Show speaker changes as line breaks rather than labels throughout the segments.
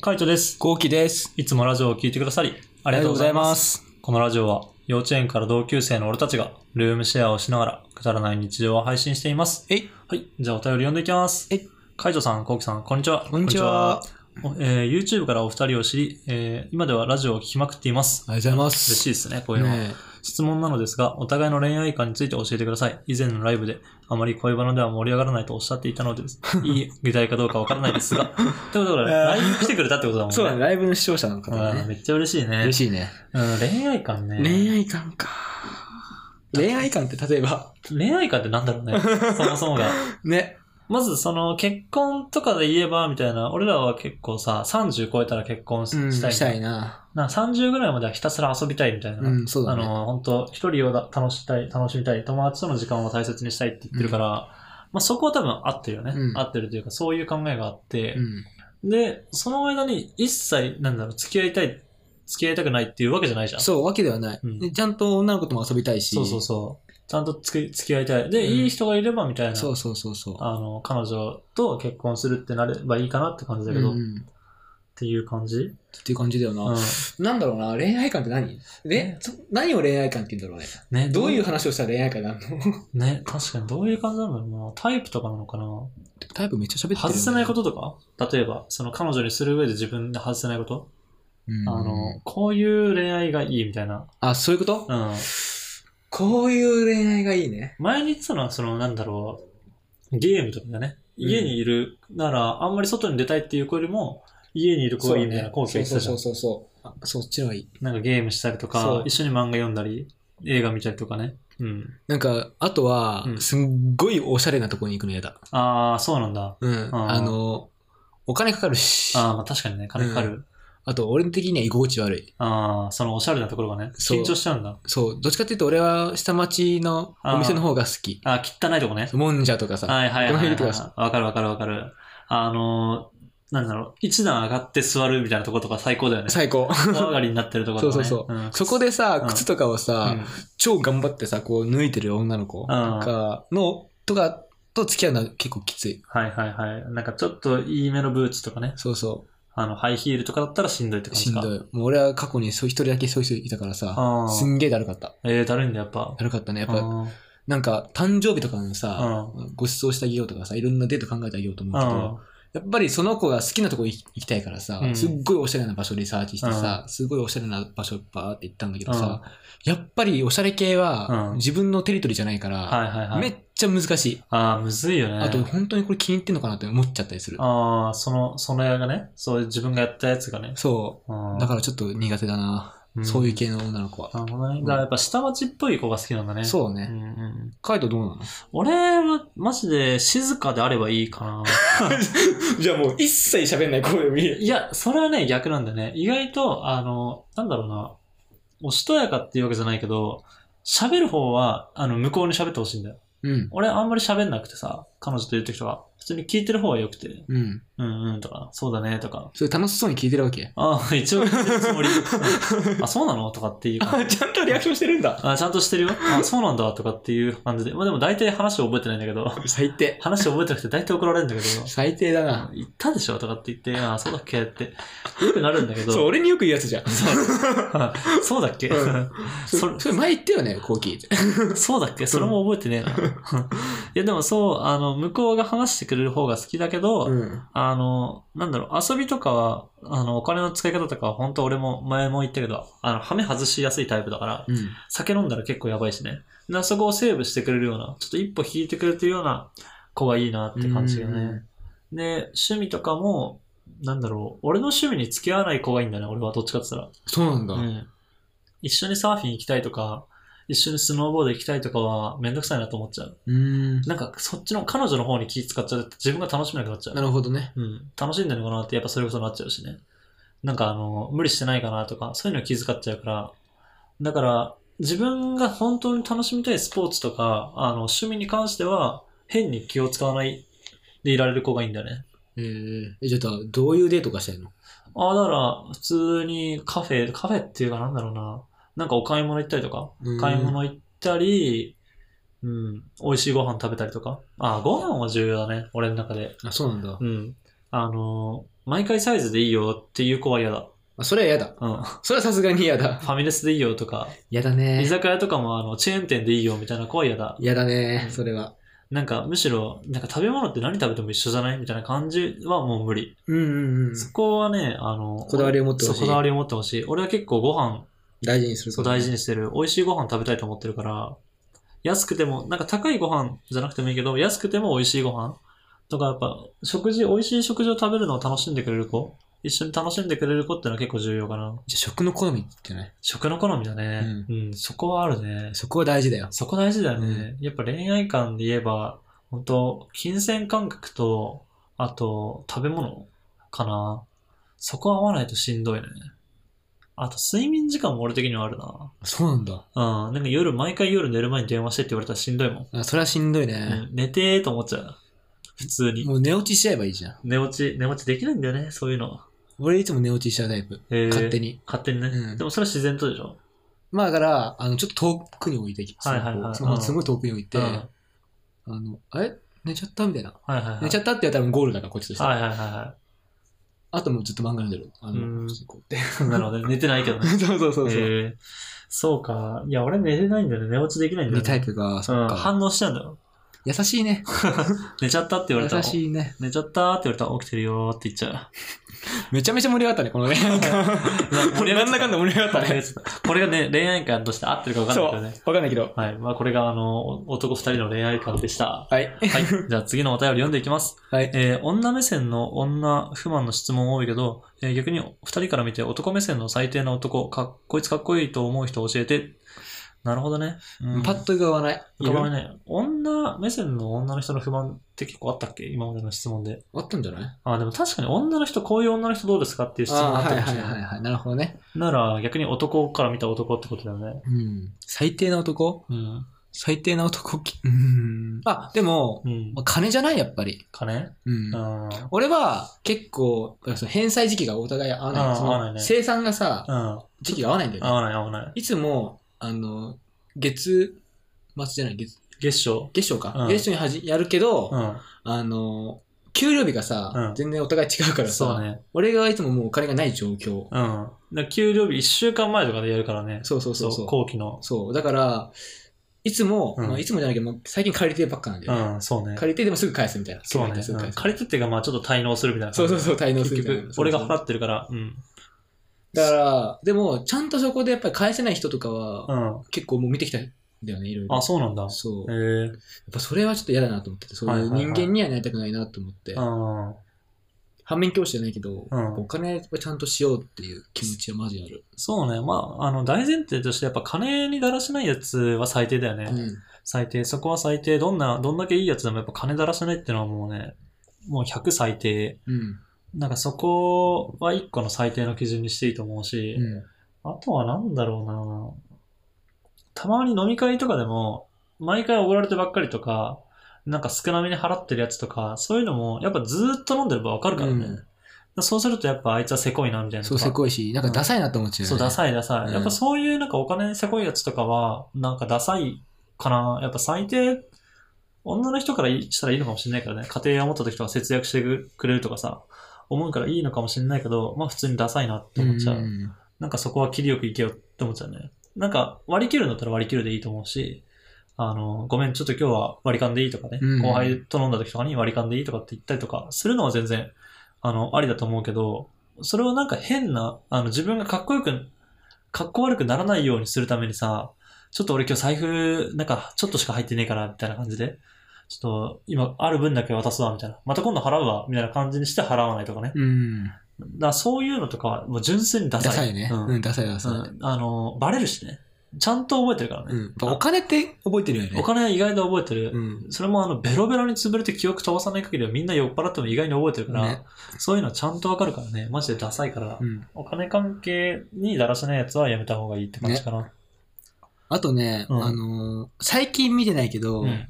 カイトです。
ゴーキです。
いつもラジオを聴いてくださり、ありがとうございます。
あり
このラジオは、幼稚園から同級生の俺たちが、ルームシェアをしながら、くだらない日常を配信しています。
がとうございます。
はい、じゃあお便り読んでいきます。
えい
カイトさん、コウキさん、こんにちは。
こんにちは
こんにちは。おえー YouTube からお二人を知り、えー今ではラジオを聴きまくっています。
ありがとうございま
嬉しい
す。
ですね、こういうのは。
ね
質問なのですが、お互いの恋愛観について教えてください。以前のライブで、あまり恋バナでは盛り上がらないとおっしゃっていたの です。いい具体かどうかわからないですが。ということで、
えー
ライブ来てくれたってことだもんね。
そうだね、ライブの視聴者の方
あー
ね。
めっちゃ嬉しいね。
嬉しいね。
うん、恋愛観ね。
恋愛観か。恋愛観って例えば、
恋愛観ってなんだ ろうね。そもそもが。
ね。
まず、その、結婚とかで言えば、みたいな、俺らは結構さ、30超えたら結婚し,、
うん、
たいみ
した
たい
いな。
な。30ぐらいまではひたすら遊びたいみたいな。
うん、そう
あ
だね。
の、本当一人をだ楽したい、楽しみたい、友達との時間を大切にしたいって言ってるから、まあそこは多分合ってるよね。
うん
合ってるというか、そういう考えがあって
う、ん。
で、その間に一切、なんだろう、付き合いたい、付き合いたくないっていうわけじゃないじゃん。
そう、わけではない。
うん
でちゃんと女の子とも遊びたいし。
そうそうそう。ちゃんとつき付き合いたい。で、
うん
いい人がいればみたいな。
そうそうそうそう。
あの、彼女と結婚するってなればいいかなって感じだけど、っ
うんうん
ていう感じ。
っていう感じだよ
う
な。
ん。
なんだろうな、恋愛観って何
ね
え、そ何を恋愛観って言うんだろうね。
ね、
どういう話をしたら恋愛観になるの
ね、確かにどういう感じなんだろうな。タイプとかなのかな。
タイプめっちゃ喋ってるよね。
外せないこととか例えば、その彼女にする上で自分で外せないこと、
うん
あの、こういう恋愛がいいみたいな。
あ、そういうこと
うん。
こういう恋愛がいいね。
前に言ってたのは、その、なんだろう、ゲームとかだね。
うん
家にいるなら、あんまり外に出たいっていう子よりも、家にいる子がいいみたいな、こう
そう
言って
そう
たじゃん
そう。そうそう。あそっちの方がいい。
なんかゲームしたりと
そ
か
う、
一緒に漫画読んだり、映画見たりとかね。うん。
なんか、あとは
う、ん
すんごいおしゃれなとこに行くの嫌だ。
ああ、そうなんだ。
うん。
あー
あの、お金かかるし、
ああ、まあ確かにね、金かかる。
うあと俺的には居心地悪い。
ああ、そのおしゃれなところがね、
そう
緊張しちゃうんだ。
そう、どっちかっていうと俺は下町のお店の方が好き。
ああ、汚いとこね。
もんじゃとかさ、
はいはいはいはい、
この辺とかさ
わかるわかるわかる。あのー、なんだろう、一段上がって座るみたいなとことか最高だよね。
最高。
高上がりになってるところとか、ね。。
そうそう
ん、
そこでさ
う、ん
靴とかをさ、
うん
超頑張ってさ、こう抜いてる女の子なんかの、とかと付き合うのは結構きつい。
はいはいはい。なんかちょっといいめのブーツとかね、
そうそ
あの、ハイヒールとかだったらしんどいって
う。
感
し
じ
ん
か。
どい。もう俺は過去にそう一人だけそういう人いたからさ、
あ
す
ー
んげえだるかった。
えー、だるいんだやっぱ。
だるかったね。やっ
あ
ぱ、なんか、誕生日とかのさ、
ー
ご馳走してあげようとかさ、いろんなデート考えてあげようと思うけ
うん。うん
ど、やっぱりその子が好きなとこ行き行きたいからさ
う、ん
すっごいおしゃれな場所リサーチしてさ、すごいおしゃれな場所バーって行ったんだけどさ、やっぱりおしゃれ系は
うん
自分のテリトリーじゃないか
は
ら、
いはいはい。
めっちゃ難しい。
ああ、むずいよね。
あと、本当にこれ気に入ってんのかなって思っちゃったりする。
ああ、その、その絵がね、そういう自分がやったやつがね。
そ
うん
う。だからちょっと苦手だな。そういう。系の女の子は。
んなるほどね。だからやっぱ下町っぽい子が好きなんだね。う。
そう
うん
ね。
うん、
カイトどうなの
俺は、マジで静かであればいいかな。
じゃあもう一切喋んない声でもいい。
いや、それはね、逆なんだよね。意外と、あの、なんだろうな、おしとやかっていうわけじゃないけど、喋る方は、あの、向こうに喋ってほしいんだよ。
うん。
俺、あんまり喋んなくてさ、彼女といる時とか、普通に聞いてる方が良くて、
うん。
うんうんとか、そうだねとか、
それ楽しそうに聞いてるわけ。
ああ、一応聞いてるつもり。 うんあ、そうなのとかっていう感じ。
ちゃんとリアクションしてるんだ。
あ、ちゃんとしてるよ。あ、そうなんだとかっていう感じで。まあでも大体話を覚えてないんだけど、
最低。
話を覚えてなくて大体怒られるんだけど、
最低だな。
言ったでしょとかって言って、あ、そうだっけって、よくなるんだけど、
そう、俺によく言うやつじゃん。
そうそうだっけ、
う
そ
そ
れ
れ、それ前言ったよね、コーキーって。
そうだっけそれも覚えてねえな。 いやでもそう、あの、向こうが話してくれる方が好きだけど、
うん。
あの、なんだろう、遊びとかは、あの、お金の使い方とかは、本当俺も前も言ったけど、あの、ハメ外しやすいタイプだから、
うん。
酒飲んだら結構やばいしね。なそこをセーブしてくれるような、ちょっと一歩引いてくれてるような子がいいなって感じよね。で、趣味とかも、なんだろう、俺の趣味に付き合わない子がいいんだね、俺はどっちかって言ったら。
そうなんだ。
うん、一緒にサーフィン行きたいとか、一緒にスノーボード行きたいとかはめんどくさいなと思っちゃう。
うん。
なんかそっちの彼女の方に気使っちゃって自分が楽しめなくなっちゃ
な
う。
るほどね。
うん、楽しんでるのかなってやっぱそれこそなっちゃうしね。なんかあの、無理してないかなとか、そういうの気遣っちゃうから。だから、自分が本当に楽しみたいスポーツとか、あの、趣味に関しては、変に気を使わないでいられる子がいいんだよね。
えー、え、じゃあ、どういうデートがしたいの
ああ、だから、普通にカフェ、カフェっていうかなんだろうな。なんかお買い物行ったりとか、
うん
買い物行ったり、うん、美味しいご飯食べたりとか。あ、ご飯は重要だね、俺の中で。
あ、そうなんだ。
うん。あのー毎回サイズでいいよっていう子は嫌だ。
あそれは嫌だ。
うん。フ
それはさすがに嫌だ。
ァミレスでいいよとか、
嫌だ
居
ね。
酒屋とかもあのチェーン店でいいよみたいな子は嫌だ。
嫌だね。それは。
なんかむしろ、なんか食べ物って何食べても一緒じゃないみたいな感じはもう無理。
うんうんうん。
そこはね、あの、
こだわりを持ってほしい
そうこだわりを持ってほしい。俺は結構ご飯、
大事にする
そ
こ
う
とね
大事にしてる。美味しいご飯食べたいと思ってるから、安くても、なんか高いご飯じゃなくてもいいけど、安くても美味しいご飯とか、やっぱ食事、美味しい食事を食べるのを楽しんでくれる子、一緒に楽しんでくれる子ってのは結構重要かな。
じゃあ食の好みってね。
食の好みだね。うん、そこはあるね。
そこは大事だよ。
そこ大事だよね。やっぱ恋愛観で言えば、本当金銭感覚と、あと、食べ物かな。そこ合わないとしんどいね。あと、睡眠時間も俺的にはあるな。
そうなんだ。
うん。なんか夜、毎回夜寝る前に電話してって言われたらしんどいもん。
あそれはしんどいね。
うん、寝てーと思っちゃう。普通に。
もう寝落ちしちゃえばいいじゃん。
寝落ち、寝落ちできないんだよね、そういうの。
俺いつも寝落ちしちゃうタイプ。
えー
勝手に。
勝手にね。
うん
でもそれは自然とでしょ。
まあだから、あの、ちょっと遠くに置いてきて、
はいはいはい
スマホ
うん
すごい遠くに置いて、
うん
あの、あれ寝ちゃったみたいな。
はいはいはい。
寝ちゃったって言ったらもうゴールだから、こっちとしては。
はいはいはいは
あともうずっと漫画読んでる。あ
う
の、
ん
普通にこうや
い。なるほどね。寝てないけどね。
って。 そうそうそうそう。
へえそうか。いや、俺寝れないんだよね。寝落ちできないんだ
寝
よ
タ
ね。
イプが、
う
そ
ん、
っか。
反応しちゃうんだよ。
優しいね。
寝ちゃったって言われたら、
優しいね。
寝ちゃったって言われたら起きてるよーって言っちゃ
めちゃめちゃ盛り上がったね、このね。なん
う。
かなんだかんだ盛り上がったね。
これがね、恋愛観として合ってるか分かん
そ
な
う。
い
わ
けど
かん
ね。
ないけど。
はい。まあ、これが、あの、お男二人の恋愛観でした。
はい。
はい。 じゃあ次のお便り読んでいきます。
はい。
えー女目線の女不満の質問多いけど、えー逆に二人から見て男目線の最低な男、かっこいつかっこいいと思う人教えて。なるほどね。うん
パッと浮かばない。
今までね、女目線の女の人の不満って結構あったっけ今までの質問で。
あったんじゃない
あ、でも確かに女の人、こういう女の人どうですかっていう質問あ
あ
っ
ー
た
は
かもし
いはい
れない。
はいはい。なるほどね。
なら逆に男から見た男ってことだよね。
うん。最低な男
うん。
最低な男きうん。あ、でも、
うん
ま。あ金じゃない、やっぱり。
金
うん
う。ん。うん。
俺は結構、その返済時期がお互い合わな
あー
い。そ
合わない
の
ね
生産がさ、
合
時期が合わないんだよね。
わない合わない。
いつも、あの、月末じゃない、月、
月賞
月賞か。
うん
月賞にはじやるけど、
うん。
あの、給料日がさ、
うん
全然お互い違うからさ、
そうね。
俺がいつももうお金がない状況。
うん。だから給料日1週間前とかでやるからね。
そうそうそうそう。
後期の。
そう。だから、いつも、
うん
まあ、いつもじゃないけど、まあ最近借りてばっかなんだよね、
うん、そうね。
借りてでもすぐ返すみたいな。
そう
借り
ね
てすぐ。
う
返
ん
す
借りてっていうか、まあちょっと滞納するみたいな
そ
感
う
じ。
そうそう、滞納す
結
るみたいな。
局、俺が払
っ
ってるから、うん。
だから、でも、ちゃんとそこでやっぱり返せない人とかは、
うん。
結構もう見てきたんだよね、いろいろ。
あ、そうなんだ。
そう。
へ
やっ
え。
ぱそれはちょっと嫌だなと思ってて、そう
はい
い
は
う
いはい
人間にはなりたくないなと思って、
うん。
反面教師じゃないけど、
うん
やっぱお金はちゃんとしようっていう気持ちはマジある。
そうね。まあ、あの、大前提として、やっぱ金にだらしないやつは最低だよね。
うん。
最低。そこは最低。どんな、どんだけいいやつでもやっぱ金だらしないってのはもうね、もう100最低。
うん。
なんかそこは一個の最低の基準にしていいと思うし、
うん。
あとはなんだろうなたまに飲み会とかでも、毎回おごられてばっかりとか、なんか少なめに払ってるやつとか、そういうのも、やっぱずーっと飲んでればわかるからね。
うん
そうするとやっぱあいつはせこいな、みたいなと
そう、
か。
せこいし、なんかダサいなと思っちゃう、ね
そう、ダサいダサい。
うん
やっぱそういうなんかお金にせこいやつとかは、なんかダサいかな。やっぱ最低、女の人からしたらいいのかもしれないからね。家庭を持った時とか節約してくれるとかさ、思うからいいのかもしれないけど、まあ普通にダサいなって思っちゃう。
ん
なんかそこは切りよくいけよって思っちゃうね。なんか割り切るんだったら割り切るでいいと思うし、あの、ごめん、ちょっと今日は割り勘でいいとかね、
うん
後輩と飲んだ時とかに割り勘でいいとかって言ったりとかするのは全然、あの、ありだと思うけど、それをなんか変な、あの、自分がかっこよく、かっこ悪くならないようにするためにさ、ちょっと俺今日財布、なんかちょっとしか入ってねえから、みたいな感じで、ちょっと今ある分だけ渡すわ、みたいな。また今度払うわ、みたいな感じにして払わないとかね。
うん。
だからそういうのとかは、もう純粋にダサい。
ダサいね。
うん
うん、ダサいダサい。
うん、あの、バレるしね。ちゃんと覚えてるから
うん
ね。
やっぱお金って覚えてるよね。
お金は意外と覚えてる。
うん。
それもあの、ベロベロに潰れて記憶飛ばさない限りはみんな酔っ払っても意外に覚えてるから、
ね
そういうのちゃんとわかるからね。マジでダサいから、
うん。
お金関係にだらしないやつはやめた方がいいって感じかな。
あとね、
うん
あのー最近見てないけど、
うん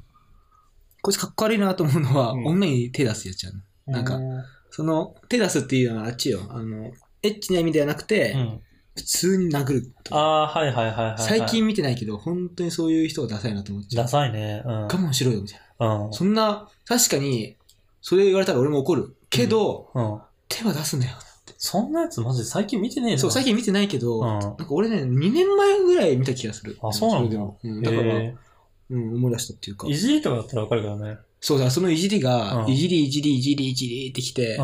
こいつかっこ悪いなと思うのは、
うん
女に手出すやつやん。なんか
う
その、手出すっていうのはあっちよ。あの、エッチな意味ではなくて、
ん。
普通に殴ると
ああ、はいはいはいはい、はい。
最近見てないけど、本当にそういう人がダサいなと思っちゃう
ダ。サいね。うん。
我慢しろよ、みたいな。
うん。
そんな、確かに、それ言われたら俺も怒る。けど、
うん。
手は出すんだよ。
そんなやつマジで最近見てねえな。
そう、最近見てないけど、
うん
なんか俺ね、2年前ぐらい見た気がする。
あそうなんだ
れでもうん、だ
だ
か、
からら、
うん、思い出したっていうか。
いじりとかだったらわかるからね。
そうだ、そのいじり
う
が、
ん
いじりいじりいじりいじりってきて
う、ん。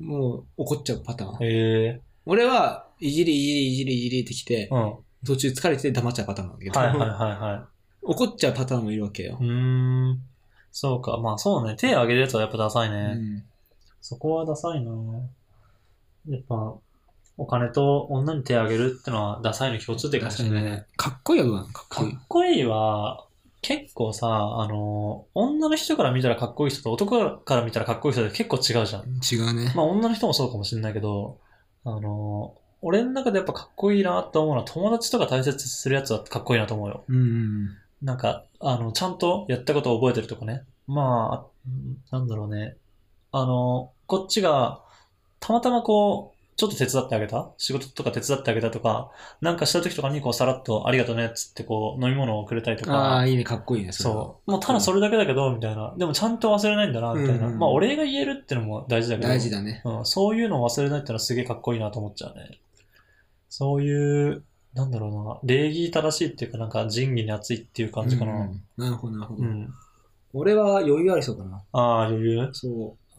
もう怒っちゃうパターン。
へえ
俺は、いじりいじりいじりいじりってきて、
うん。は
途中疲れて黙っちゃうパターンなんだけ
い
ど、
はいはいは
怒っちゃうパターンもいるわけよ
い。う。ーん。そうか。まあそうね。手挙げるやつはやっぱダサいね。
うん
そこはダサいなやっぱ、お金と女に手あげるってのはダサいの共通点かもしれないね。
かっこいいよ、どうなのかっ
か
こいい。
っこいいは、結構さ、あの、女の人から見たらかっこいい人と男から見たらかっこいい人で結構違うじゃん。
違うね。
まあ女の人もそうかもしれないけど、あの、俺の中でやっぱかっこいいなと思うのは友達とか大切にするやつはかっこいいなと思うよ。
うん。
なんか、あの、ちゃんとやったことを覚えてるとかね。まあ、うんなんだろうね。あの、こっちが、たまたまこう、ちょっと手伝ってあげた仕事とか手伝ってあげたとか、なんかした時とかにこう、さらっとありがとうねっつってこう、飲み物をくれたりと
あ
か
あ、、いいね、かっこいいね、れは
そう。もうただそれだけだけど、みたいな。でもちゃんと忘れないんだな、みたいな。
うんうん
まあ、お礼が言えるってのも大事だけど。
大事だね。
うん、そういうのを忘れないってのはすげえかっこいいなと思っちゃうね。そういう、なんだろうな、礼儀正しいっていうか、なんか仁義に熱いっていう感じかな。
う
うん。
うんんなるほど、なるほど。俺は余裕ありそうだな。
ああ、余裕
そ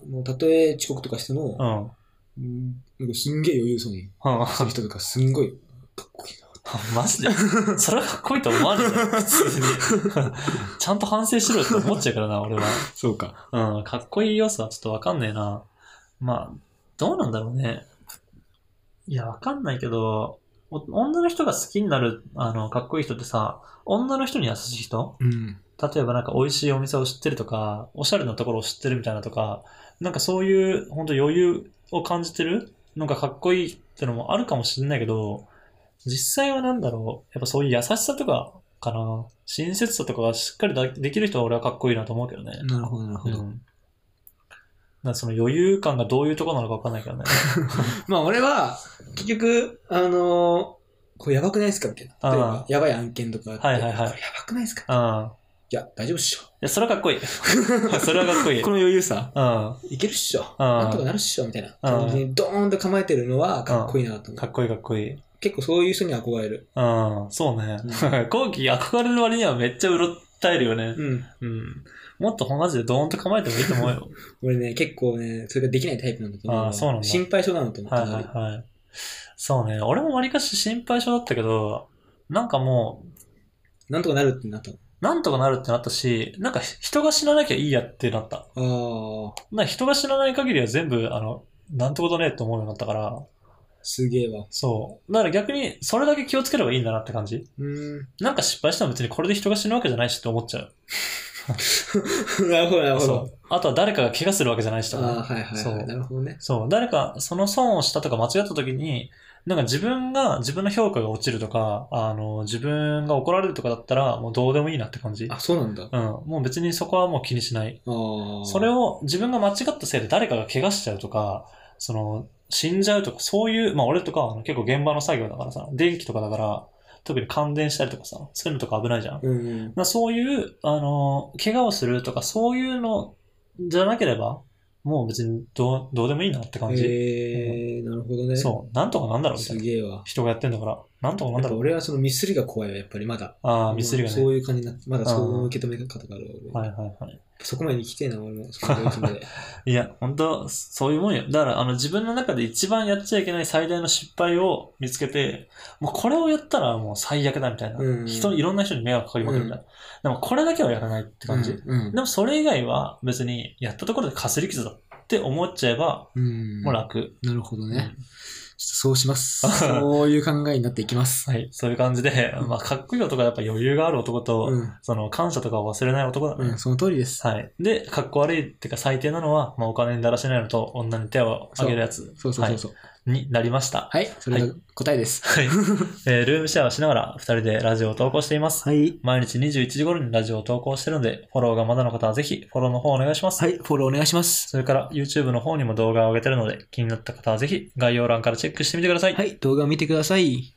う。もうたとえ遅刻とかして
う
も、
ん。 うん。
うん、なんかすんげえ余裕そうにする人とかすんごいかっこ いいな。
マジでそれはかっこいいと思わねえよ、 普通に。ちゃんと反省しろよって思っちゃうからな、俺は。
そうか。
うん、かっこいい要素はちょっとわかんねえな。まあ、どうなんだろうね。いや、わかんないけど、お女の人が好きになる、あの、かっこいい人ってさ、女の人に優しい人
うん。
例えばなんか美味しいお店を知ってるとか、おしゃれなところを知ってるみたいなとか、なんかそういう本当余裕を感じてるのがかっこいいってのもあるかもしれないけど、実際はなんだろう、やっぱそういう優しさとかかな、親切さとかがしっかりだできる人は俺はかっこいいなと思うけどね。
なるほど、なる
う
ほど。
ん。なんかその余裕感がどういうところなのかわかんないけどね。
まあ俺は、結局、あのーこれやばくないですかみたいな。
あー
例えば、やばい案件とかあって
はいはいはい
これやばくないですか
うん。
いや、大丈夫 っし
い
ょ。
や、それはかっこいい。それはかっこいい。うん。
の余裕さ。
か
いけるっしょ。
あー
なんとかなるっしょ。みたいな感じにドーンと構えてるのはかっこいいなと思う。
っこいいかっこいい。
結構そういう人に憧れる。
うん、そうね。後期憧れる割にはめっちゃうろったえるよね。
うん。
うん。もっとマジでドーンと構えてもいいと思う よ。
俺ね、結構ね、それができないタイプなんだと思う。
あーそうなんだ
心配性なのと思っ
は
た
いはいはい。そうね。俺もわりかし心配性だったけど、なんかもう、
なんとかなるってなったの。
なんとかなるってなったし、なんか人が死ななきゃいいやってなった。
ああ、
なんか人が死なない限りは全部、あの、なんてことねえって思うようになったから、
すげえわ。
そう。だから逆に、それだけ気をつければいいんだなって感じ。
うん。
なんか失敗したら別にこれで人が死ぬわけじゃないしって思っちゃう。
なるほど、なるほ
そ
ど。
う。あとは誰かが怪我するわけじゃないしとかね、
ああー、はいはい、
そう
はい。なるほどね。
そう、誰か、その損をしたとか間違った時に、なんか自分が、自分の評価が落ちるとか、あの、自分が怒られるとかだったら、もうどうでもいいなって感じ。うん
あ、そうなんだ。あ。
もう別にそこはもう気にしない。
あ。
それ、を自分が間違ったせいで誰かが怪我しちゃうとか、その、死んじゃうとか、そういう、まあ俺とかはあの結構現場の作業だからさ、電気とかだから、特に感電したりとかさ、そういうのとか危ないじゃん。
うん。
まあ、そういう、あの、怪我をするとか、そういうのじゃなければ、もう別にどうどうでもいいなって感じ。
ええー、なるほどね。
そう、なんとかなんだろうみた
す
いな。
げえわ。
人がやってんだから、なんとかな
や
ん
っ
だ
ぱ
ろう。
俺はそのミスりが怖いわ、やっぱりまだ。
ああ、ミスリが
そ
ね。
ういう感じになって、まだそういう受け止め方があるわ
は
俺。
いはいはい。
そこまでに来てえな、俺も。そこまで行くまで
いや、本当そういうもんよ。だから、あの、自分の中で一番やっちゃいけない最大の失敗を見つけて、もうこれをやったらもう最悪だみたいな。
うん
人、いろんな人に迷惑かかりまくるみたいな。でも、これだけはやらないって感じ。
うん。
でも、それ以外は別に、やったところでかすり傷だって思っちゃえば、
うん。
もう。楽。
なるほど
うん
ね。ちょっとそう します。そういう考えになっていきます。
はい、そういう感じで、まあ、かっこいい男はやっぱ余裕がある男と、
うん。
その、感謝とかを忘れない男だね。
うん、その通りです。
はい。で、かっこ悪いってか最低なのは、まあ、お金にだらしないのと女に手を挙げるやつ
そうそうそうそう。
になりました。
はい、それが答えです。
はい。えールームシェアをしながら2人でラジオを投稿しています。
はい。
毎日21時頃にラジオを投稿してるので、フォローがまだの方はぜひフォローの方お願いします。
はい、フォローお願いします。
それから YouTube の方にも動画を上げてるので、気になった方はぜひ概要欄からチェックしてみてください。
はい、動画を見てください。